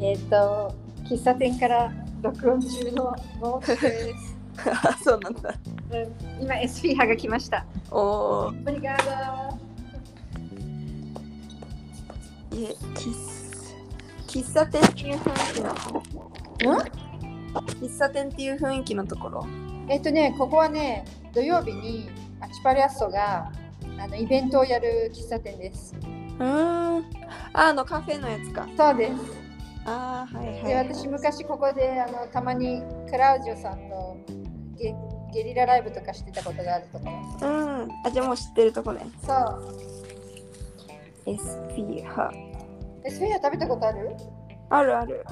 えっ、と喫茶店から録音中のもうですあそうなんだ。うん今 SP 派が来ました。おお。オリガーいえ、喫喫茶店っていう雰囲気の。喫茶店っていう雰囲気のところ。えっとね、ここはね、土曜日にアチパリアッソがあのイベントをやる喫茶店です。うーん。ああのカフェのやつか。そうです。ああ、はいはいで、。私昔ここであのたまにクラウジオさんとゲゲリラライブとかしてたことがあるところ。うん。あ、じゃあもう知ってるとこね。そう。 SP 派。え、そういうの食べたことあるあるある。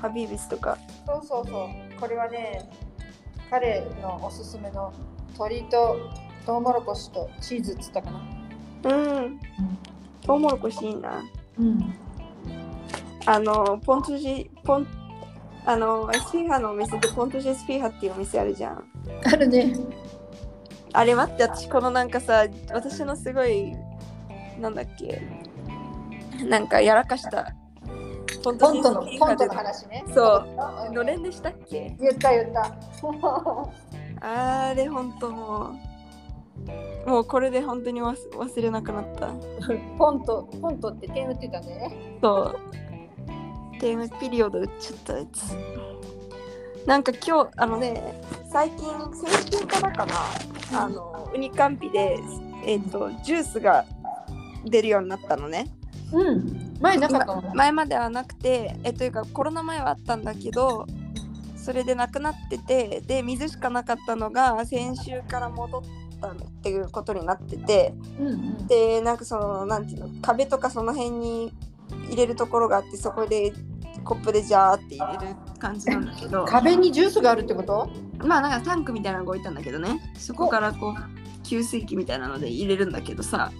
ハビービスとか。そうそうそう。これはね、彼のおすすめの鶏とトウモロコシとチーズっつったかな。うん。トウモロコシいいな。うん。あの、ポントジ、ポン、あの、SP 派のお店でポントジ SP 派っていうお店あるじゃん。あるね。あれ待って私このなんかさ私のすごいなんだっけなんかやらかしたポンポント の、シーズンポントの話ね。そううんのれんでしたっけ言った言った。 もあれほんともうもうこれで本当に忘忘れなくなったうポント、ポントって点打ってたんだよね。そうゲームピリオド打っちゃったやつなんか今日あのね最近先週からかなあのウニカンピでえっ、とジュースが出るようになったのねうん。前なかったもん。前まではなくてえというかコロナ前はあったんだけどそれでなくなっててで水しかなかったのが先週から戻ったっていうことになっててうんうん。でなんかそのなんていうの壁とかその辺に入れるところがあってそこでコップでジャーって入れる感じなんだ けど壁にジュースがあるってことまあなんかタンクみたいなのが置いたんだけどねそこからこう給水器みたいなので入れるんだけどさ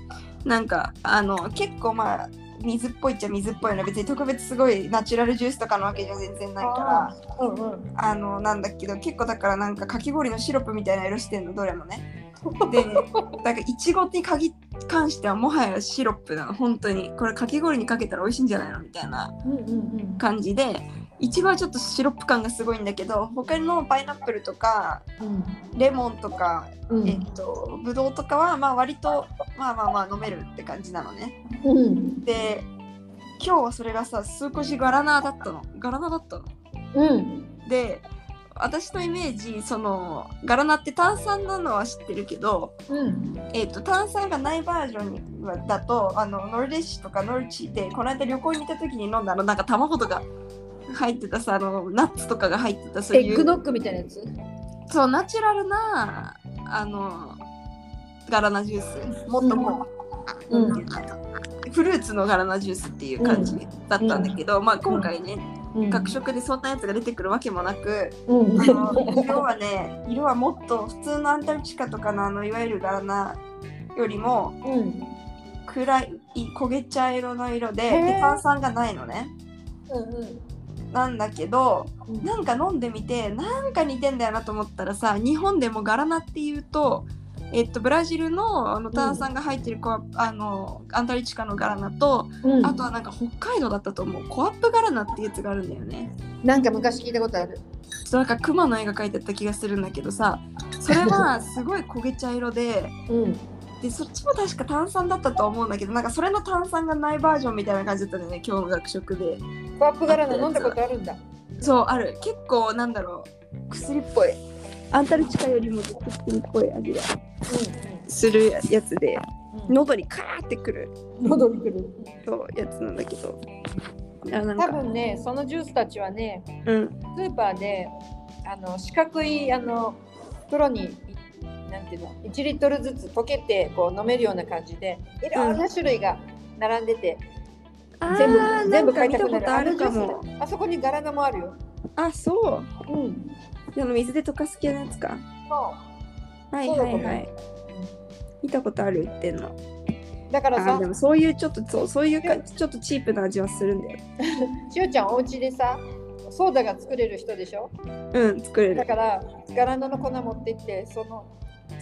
なんかあの結構まあ水っぽいっちゃ水っぽいの別に特別すごいナチュラルジュースとかのわけじゃ全然ないからら。うんうん。あのなんだけど結構だからなんかかき氷のシロップみたいな色してんのどれもねでなんかいちごに限関してはもはやシロップなの本当にこれかき氷にかけたら美味しいんじゃないのみたいなうんうんうん。感じでいちごはちょっとシロップ感がすごいんだけど他のパイナップルとかレモンとか、うんえっと、ぶどうとかは、まあ、割と、まあまあまあ、飲めるって感じなのね。うん。で、今日はそれがさ、数個しガラナーだったの。ガラナーだったの。うん。で、私のイメージ、その、ガラナーって炭酸なのは知ってるけど、うん。えっと、炭酸がないバージョンはだと、あの、ノルデッシュとかノルチで、この間旅行に行った時に飲んだあの、なんか卵とか入ってたさ、あの、ナッツとかが入ってた、そうエいう。ッグノックみたいなやつそうナチュラルなあのガラナジュースもっとこう、うんなんていうのフルーツのガラナジュースっていう感じだったんだけど、まあ今回ね、学食でそんなやつが出てくるわけもなく、うんあの色はね色はもっと普通のアンタルチカとかのあのいわゆるガラナよりもうん。暗い焦げ茶色の色でへーで炭酸がないのねうんなんだけどうん。なんか飲んでみてなんか似てんだよなと思ったらさ日本でもガラナっていうと、えっと、ブラジルのあの炭酸が入ってるコア,、あのアンタリチカのガラナと、うんあとはなんか北海道だったと思うコアップガラナっていうやつがあるんだよねなんか昔聞いたことある。ちょっとなんか熊の絵が描いてあった気がするんだけどさそれ はすごい焦げ茶色でうん。でそっちも確か炭酸だったと思うんだけどなんかそれの炭酸がないバージョンみたいな感じだったんだよね今日の学食でコアップ柄の飲んだことあるんだ。そうある結構なんだろう薬っぽいアンタルチカよりもずっと薬っぽい味がするやつでうん。喉にカーってくる喉にくる。そうやつなんだけどあなん多か分ね、そのジュースたちはね、うんスーパーであの四角いあの袋にいなんていうの1リットルずつ溶けてこう飲めるような感じでいろんな種類が並んでて、全あー部全部な買んいかた見くなたこるとあるかものジュースあそこに柄がもあるよ、あそううん、あの水で溶かす系のやつかそはいそうはだと思ういはい見たことある売ってんのうだかあらさーでもそういうちょっとそうそういうかちょっとチープな味はするんだよしおちゃんお家でさソーダが作れる人でしょうん作れだるからガラナの粉持ってってその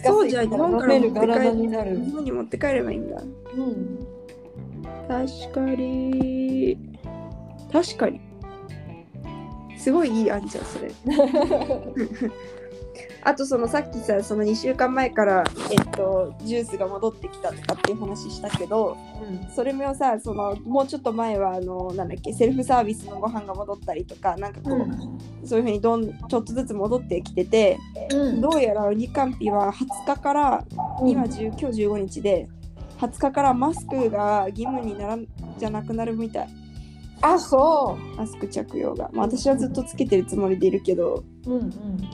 そうじゃんガ日ス入本れかたらら飲めるガラナに持って帰っなてる日本に持って帰ればいいんだうん確かに確かにすごいいい案じゃんそれあとそのさっきさその2週間前から、えっと、ジュースが戻ってきたとかっていう話したけどうんそれもさそのもうちょっと前はあのなんだっけセルフサービスのご飯が戻ったりとかなんかこう、そういうふうにどんちょっとずつ戻ってきてて、うんどうやらウニカンピは20日から今10今日15日で20日からマスクが義務にならんじゃなくなるみたいあそマスク着用が、まあ、私はずっとつけてるつもりでいるけどう、うんうん、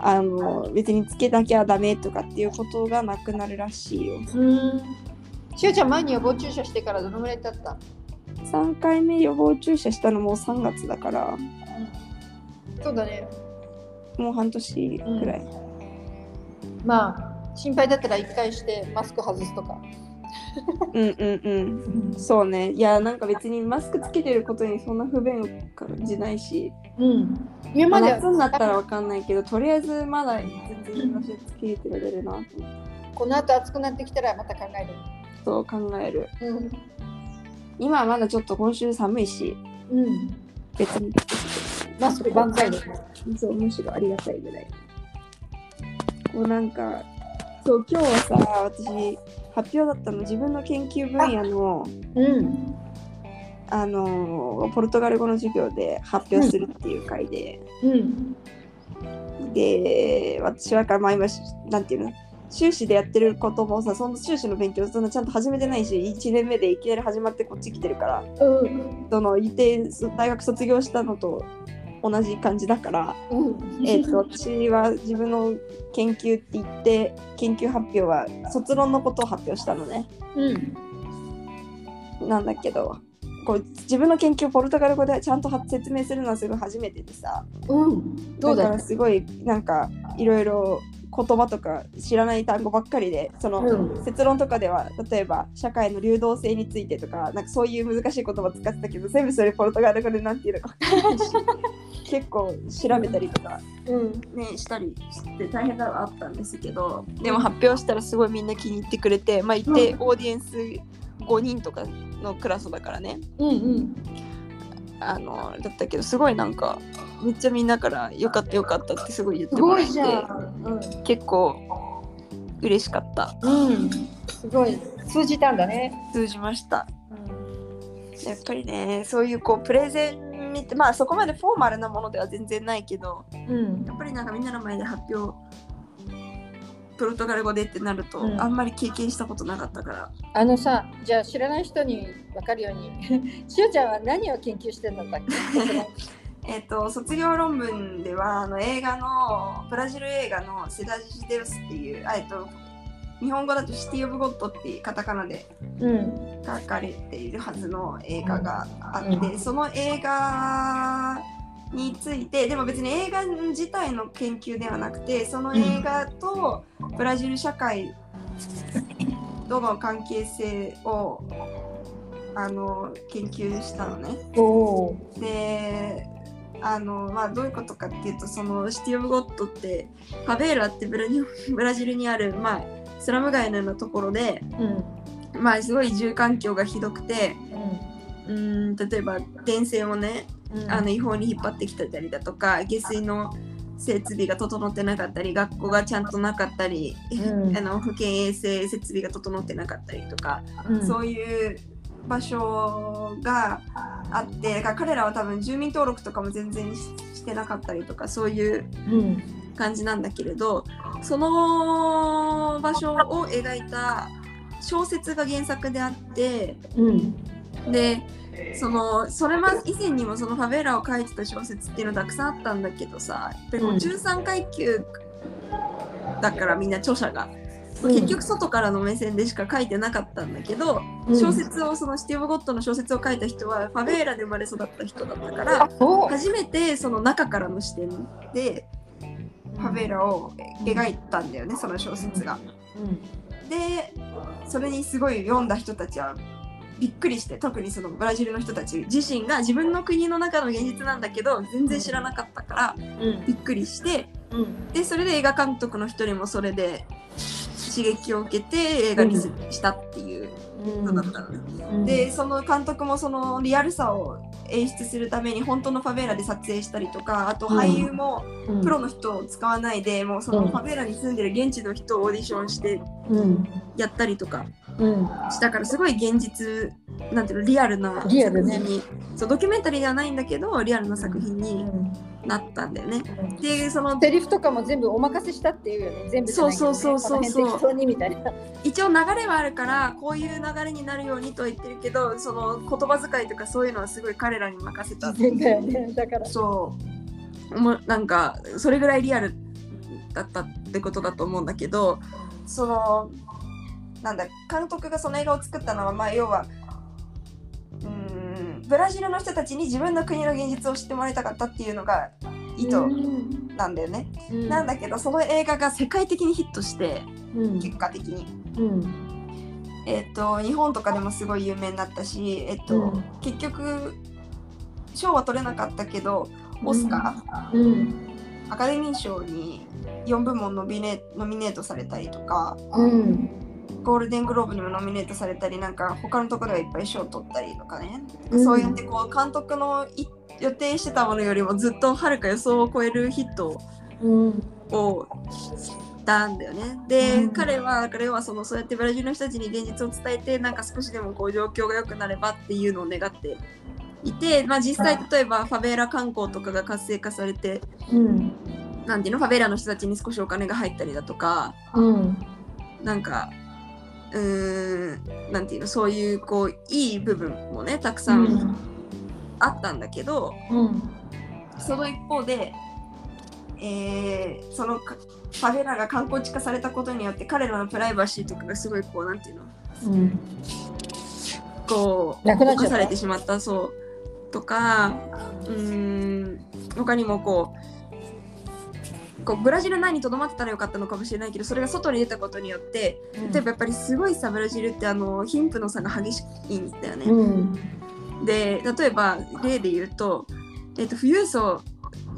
あの別につけなきゃダメとかっていうことがなくなるらしいようん。しおちゃん前に予防注射してからどのぐらい経った？ 3回目予防注射したのもう3月だからそうだね。もう半年くらい、まあ心配だったら一回してマスク外すとか。うん、うんうんそうねいやなんか別にマスクつけてることにそんな不便を感じないしうん。今ままあ、で夏になったらわかんないけど、とりあえずまだ全然話つけてられるなとこの後暑くなってきたらまた考えそう考える。る。今はまだちょっと今週寒いし、うん。うん。別にマスク万歳で。そうむしろありがたいぐらい。こうなんか、そう今日はさ、私発表だったの自分の研究分野のうん。あのポルトガル語の授業で発表するっていう回で、うん。で私はからまあ今しなんていうの修士でやってることもさその修士の勉強そんなちゃんと始めてないし1年目でいきなり始まってこっち来てるからうん。そのいてそ大学卒業したのと同じ感じだから、うん。えー、と私は自分の研究って言って研究発表は卒論のことを発表したのねうん。なんだけどこう自分の研究をポルトガル語でちゃんと発説明するのはすごい初めてでさうん。どうだかだらった？すごいなんかいろいろ言葉とか知らない単語ばっかりでその、うん説論とかでは例えば社会の流動性についてとかなんかそういう難しい言葉使ってたけど全部それポルトガル語でなんていうのか分かんないし結構調べたりとか、うん。ね、したりして大変なのはあったんですけどでも発表したらすごいみんな気に入ってくれてまあ一定オーディエンス5人とかのクラスだからねうんうん。あのだったけどすごいなんかめっちゃみんなから「よかったよかった」ってすごい言ってすもごらっいてじゃん。結構嬉しかったうん。うん。すごい通じたんだね。通じましたうん。やっぱりねそういうこうプレゼンみたまあそこまでフォーマルなものでは全然ないけどうんやっぱりなんかみんなの前で発表ポルトガル語でってなると、うんあんまり経験したことなかったからあのさ、じゃあ知らない人に分かるように、 しおちゃんは何を研究してんのか。えっ、と卒業論文ではあの映画のブラジル映画の「セダジジデウス」っていうあえっと日本語だと「シティ・オブ・ゴッド」っていうカタカナでうん。書かれているはずの映画があって、うその映画についてでも別に映画自体の研究ではなくてその映画とブラジル社会との関係性をあの研究したのね。おお。であのまあ、どういうことかっていうとそのシティ・オブ・ゴッドってファベーラってブラジル ブラジルにある、まあ、スラム街のようなところで、うん。まあ、すごい住環境がひどくて、ううーん例えば電線をねん。あの違法に引っ張ってきてたりだとか下水の設備が整ってなかったり学校がちゃんとなかったり、うんあの保健衛生設備が整ってなかったりとか、うん、そういう場所があってだから彼らは多分住民登録とかも全然ししてなかったりとかそういううん。感じなんだけれどその場所を描いた小説が原作であって。うん。でそのそれま以前にもそのファベーラを書いてた小説っていうのたくさんあったんだけどさやっぱりこううん13階級だからみんな著者が、うん結局外からの目線でしか書いてなかったんだけど、小。説をそのシティ・オブ・ゴッドの小説を書いた人はファベーラで生まれ育った人だったからあ、そう。初めてその中からの視点でファベーラを描いたんだよねその小説が。でそれにすごい読んだ人たちはびっくりして特にそのブラジルの人たち自身が自分の国の中の現実なんだけど全然知らなかったからうん。うん。びっくりしてうん。でそれで映画監督の一人もそれで刺激を受けて映画にすしたっていううのんだったのね。うん。でその監督もそのリアルさを演出するために本当のファベーラで撮影したりとかあとうん俳優もうんプロの人を使わないで、もうそのファベーラに住んでる現地の人をオーディションしてうんやったりとかうんしたからすごい現実なんていうのリアルな作リアルね品に、そうドキュメンタリーではないんだけどリアルな作品うにんなったんだよね。でそのセリフとかも全部お任せしたっていうよね全部じゃないけどねそうそうそうそうこの辺適当にみたいな一応流れはあるからこういう流れになるようにとは言ってるけどその言葉遣いとかそういうのはすごい彼らに任せた自然だよねだからそうおもなんかそれぐらいリアルだったってことだと思うんだけどそのなんだ監督がその映画を作ったのはまあ要はうーんブラジルの人たちに自分の国の現実を知ってもらいたかったっていうのが意図うんなんだよね、うんなんだけどその映画が世界的にヒットしてうん結果的に、うんえっと日本とかでもすごい有名になったし、えっとうん結局賞は取れなかったけどオスカー、うんアカデミー賞に4部門ノミネノミネートされたりとかうんゴールデングローブにもノミネートされたりなんか他のところではいっぱい賞を取ったりとかね、うんそうやってこう監督のい予定してたものよりもずっとはるか予想を超えるヒットうんをしたんだよねで、うん彼はだから要はそのそうやってブラジルの人たちに現実を伝えてなんか少しでもこう状況が良くなればっていうのを願っていて、まあ、実際例えばファベーラ観光とかが活性化されてうんなんていうのファベーラの人たちに少しお金が入ったりだとかうんなんかうーんなんていうのそういうこういい部分もねたくさんあったんだけど、うんその一方で、えーそのかファベーラが観光地化されたことによって彼らのプライバシーとかがすごいこうなんていうのうんこうなくなっちゃった侵されてしまったそうとかうーん他にもこうこうブラジル内にとどまってたらよかったのかもしれないけどそれが外に出たことによって例えばやっぱりすごいさブラジルってあの貧富の差が激しいんだようね。んで例えば例で言うと、えっと、富裕層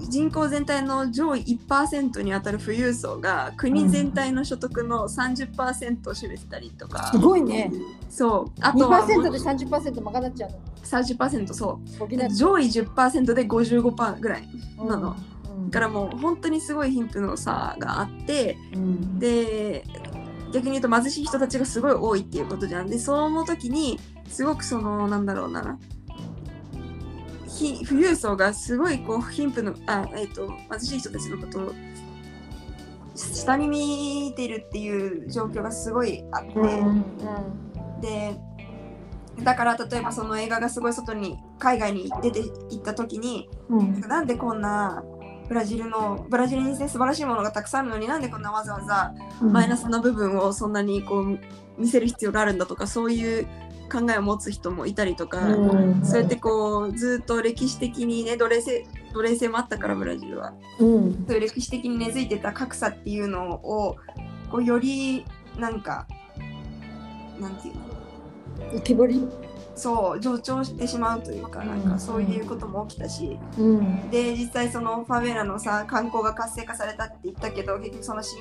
人口全体の上位1%に当たる富裕層が国全体の所得の30%を占めてたりとか、すごいねそうあとはも2%うで30%賄っちゃうの30%そ補うう上位10%で55%ぐらいなの。うんだからもう本当にすごい貧富の差があってうんで逆に言うと貧しい人たちがすごい多いっていうことじゃんでその時にすごくそのなんだろうなひ富裕層がすごいこう貧富のあ、えっと貧しい人たちのことを下に見てるっていう状況がすごいあって、うんでだから例えばその映画がすごい外に海外に出て行った時にうんなんでこんなブラジルのブラジルに、ね、素晴らしいものがたくさんあるのになんでこんなわざわざマイナスな部分をそんなにこう見せる必要があるんだとかそういう考えを持つ人もいたりとか、うんそうやってこうずっと歴史的にね奴隷制奴隷制もあったからブラジルはうんそういう歴史的に根付いてた格差っていうのをこうよりなんかなんていうの浮き彫りそう助長してしまうというかなんうかんそういうことも起きたし、うんで実際そのファベーラのさ観光が活性化されたって言ったけど結局その侵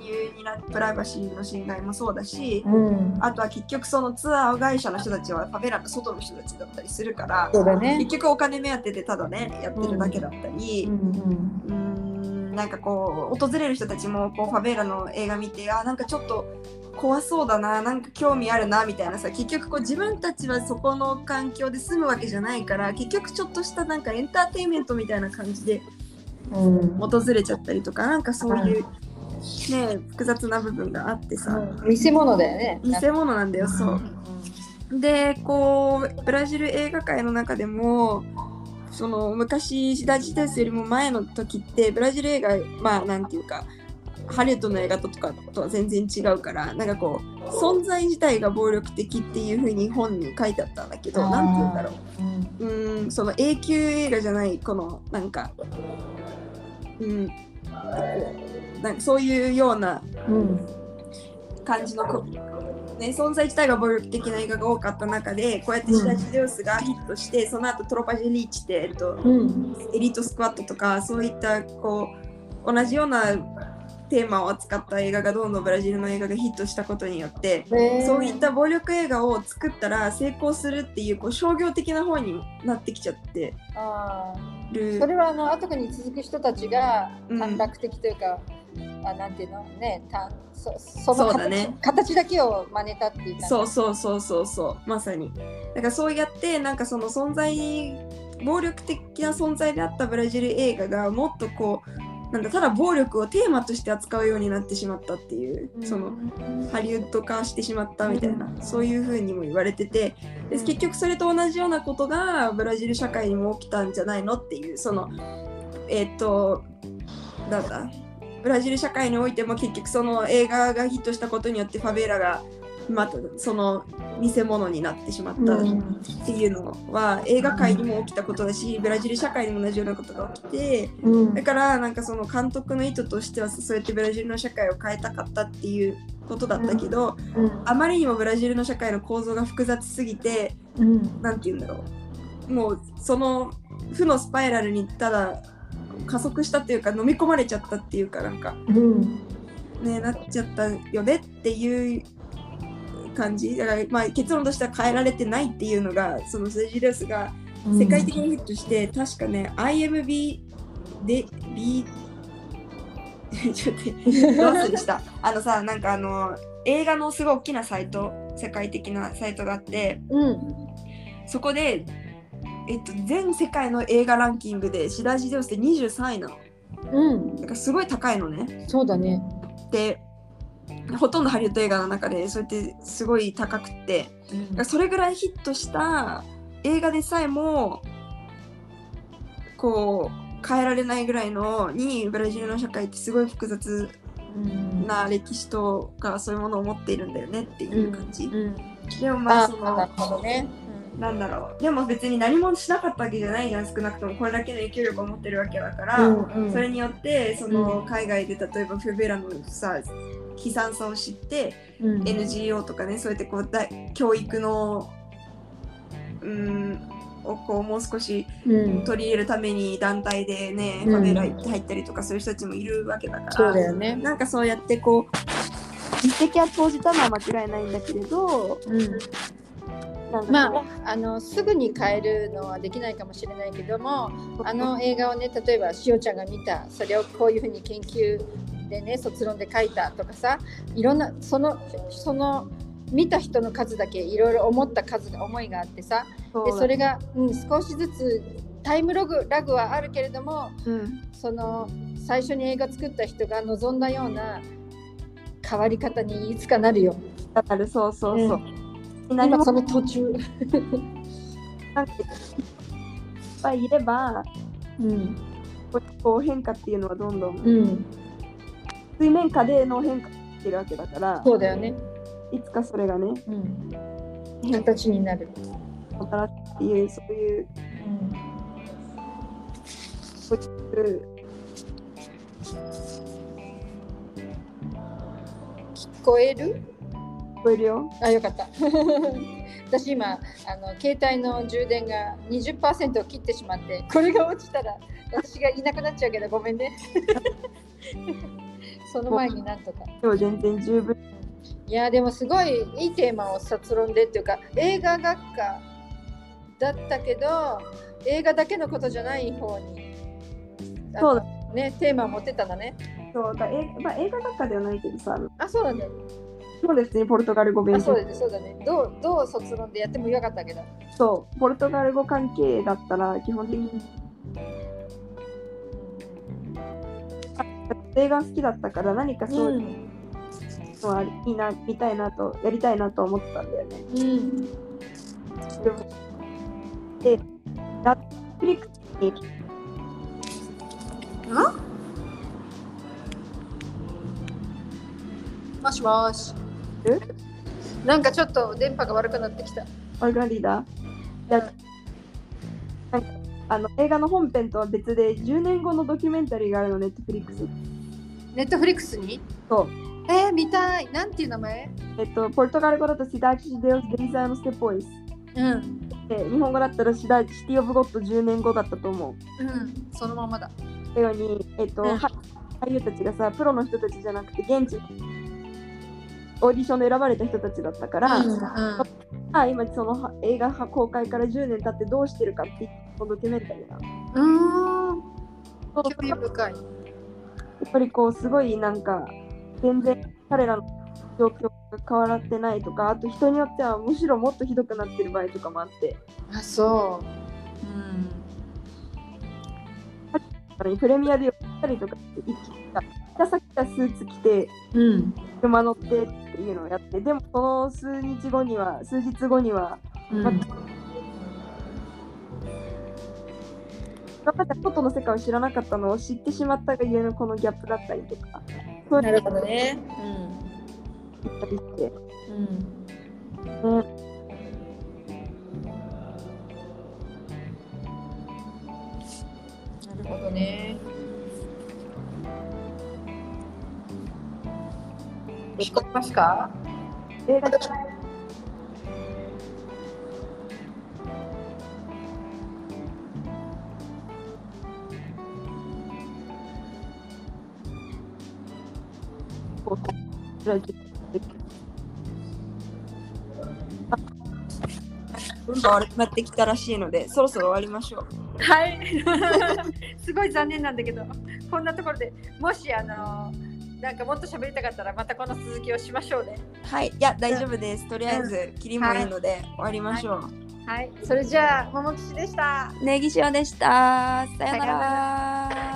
入になプライバシーの侵害もそうだしうんあとは結局そのツアー会社の人たちはファベーラの外の人たちだったりするからそうだね結局お金目当てでただねやってるだけだったり。うんうんうーんなんかこう訪れる人たちもこうファベーラの映画見てあなんかちょっと怖そうだななんか興味あるなみたいなさ結局こう自分たちはそこの環境で住むわけじゃないから結局ちょっとしたなんかエンターテインメントみたいな感じでうん訪れちゃったりとかなんかそういう、ね、複雑な部分があってさ見せ物だよね偽物なんだよそう。でこうブラジル映画界の中でもその昔シダジテスよりも前の時ってブラジル映画まあなんていうかハリウッドの映画とかとは全然違うからなんかこう存在自体が暴力的っていう風に本に書いてあったんだけどあーなんて言うんだろうんううーんその永久映画じゃないこのなんかうんなんかそういうようなうん感じのこ、ね、存在自体が暴力的な映画が多かった中でこうやってシダジデウスがヒットして、その後トロパジェリーチって、えっと、うんエリートスクワットとかそういったこう同じようなテーマを扱った映画がどんどんブラジルの映画がヒットしたことによってねそういった暴力映画を作ったら成功するっていうこう商業的な方になってきちゃってあーるそれはあの後に続く人たちがうん短絡的というか、あなんていうのねたそそのそう形だね形だけを真似たっていうかそうそうそうそうそうまさにだからそうやってなんかその存在暴力的な存在であったブラジル映画がもっとこうなんだただ暴力をテーマとして扱うようになってしまったっていう、うんそのハリウッド化してしまったみたいな、うんそういうふうにも言われててでうん結局それと同じようなことがブラジル社会にも起きたんじゃないのっていうそのえーっとなんだブラジル社会においても結局その映画がヒットしたことによってファベーラがまたその見物になってしまったうんっていうのは映画界にも起きたことだしブラジル社会にも同じようなことが起きて。うんだからなんかその監督の意図としてはそうやってブラジルの社会を変えたかったっていうことだったけど、うんあまりにもブラジルの社会の構造が複雑すぎてうん何て言うんだろうもうその負のスパイラルにただ加速したっていうか飲み込まれちゃったっていうかなんかうんねなっちゃったよねっていう感じだからまあ結論としては変えられてないっていうのがそのスジレスが世界的にヒットして、確かね、IMB で、B、ちょっと待って、どうするした。あのさ、なんかあの、映画のすごい大きなサイト、世界的なサイトがあって、うんそこで、えっと、全世界の映画ランキングでシダジデオスって23位なの。うんだからすごい高いのね。そうだねで、ほとんどハリウッド映画の中で、そうやってすごい高くって、だからそれぐらいヒットした映画でさえもこう変えられないぐらいのにブラジルの社会ってすごい複雑うんな歴史とかそういうものを持っているんだよねっていう感じ、うんでもあまああそなるのほどねなんだろうでも別に何もしなかったわけじゃないじゃん少なくともこれだけの影響力を持ってるわけだから、うんうんそれによってその海外で例えばフェベラのさ悲惨さを知ってうん NGO とかねそうやってこうだ教育のうんをこうもう少しうん取り入れるために団体でね、うんファベラ行って入ったりとかそういう人たちもいるわけだからそうだよねなんかそうやってこう実績は投じたのは間違いないんだけれどうんなんかまああのすぐに変えるのはできないかもしれないけどもあの映画をね例えばしおちゃんが見たそれをこういうふうに研究でね卒論で書いたとかさいろんなそのその見た人の数だけいろいろ思った数が思いがあってさそうでだそれが、うん、少しずつタイムログラグはあるけれどもうんその最初に映画作った人が望んだような変わり方にいつかなるよ。だからそうそうそう、何今もその途中。なんかいっぱいいればうんこうこう変化っていうのはどんどん、うん、水面下での変化ってるわけだからそうだよね。いつかそれがねうん、変化形になる。もたらすっていうそういう聞こえる聞こえるよ。あよかった。 私今あの携帯の充電が20%を切ってしまってこれが落ちたら私がいなくなっちゃうけどごめん ね。その前になんとか。でも全然十分。いやでもすごいいいテーマを卒論でっていうか映画学科だったけど映画だけのことじゃない方にあそのうだ。ねテーマを持ってたんだね。そうだえまあ、映画学科ではないけどさ、あそうなんだね。もう別にポルトガル語勉あそう強だねそうだね。どうどう卒論でやってもよかったけど。そう、ポルトガル語関係だったら基本的に映画好きだったから何かそういうのはいいな、見たいなと、やりたいなと思ってたんだよね。うんフリックスに。あもしもし。えなんかちょっと電波が悪くなってきた。わかりだ。いやあの映画の本編とは別で10年後のドキュメンタリーがあるの、ネットフリックス。ネットフリックスにそう。えー、見たい。なんていう名前えっと、ポルトガル語だとシダーチ・デオス・デリザーノ・ステポイス。うん。で日本語だったらシダシティ・オブ・ゴッド10年後だったと思う。うん。そのままだ。のように、えっとうんは俳優たちがさプロの人たちじゃなくて現地オーディションで選ばれた人たちだったから、うんあ今そのは映画公開から10年経ってどうしてるかってこのドキュメンタリーなのうん、うそーん興う味やっ深い。ぱりこうすごいなんか全然彼らの状況が変わらってないとかあと人によってはむしろもっとひどくなってる場合とかもあってあそう。うん。あのプレミアで寄ったりとかって行った北先たスーツ着てうん。車乗ってっていうのをやってでもその数日後には数日後にはうんま今まで外の世界を知らなかったのを知ってしまったがゆえのこのギャップだったりとかそうないうるのほどね。があったりしてうん。うん。なるほどね。聞こえますか？映画でこうラジオであどんどん悪くなってきたらしいのでそろそろ終わりましょう。はい。 すごい残念なんだけど、こんなところでもしあのなんかもっと喋りたかったらまたこの続きをしましょうね。はい、いや大丈夫です。とりあえず切りもいいので終わりましょう。はい。それじゃあももきしでした。ネギ塩でした。さよさようななら。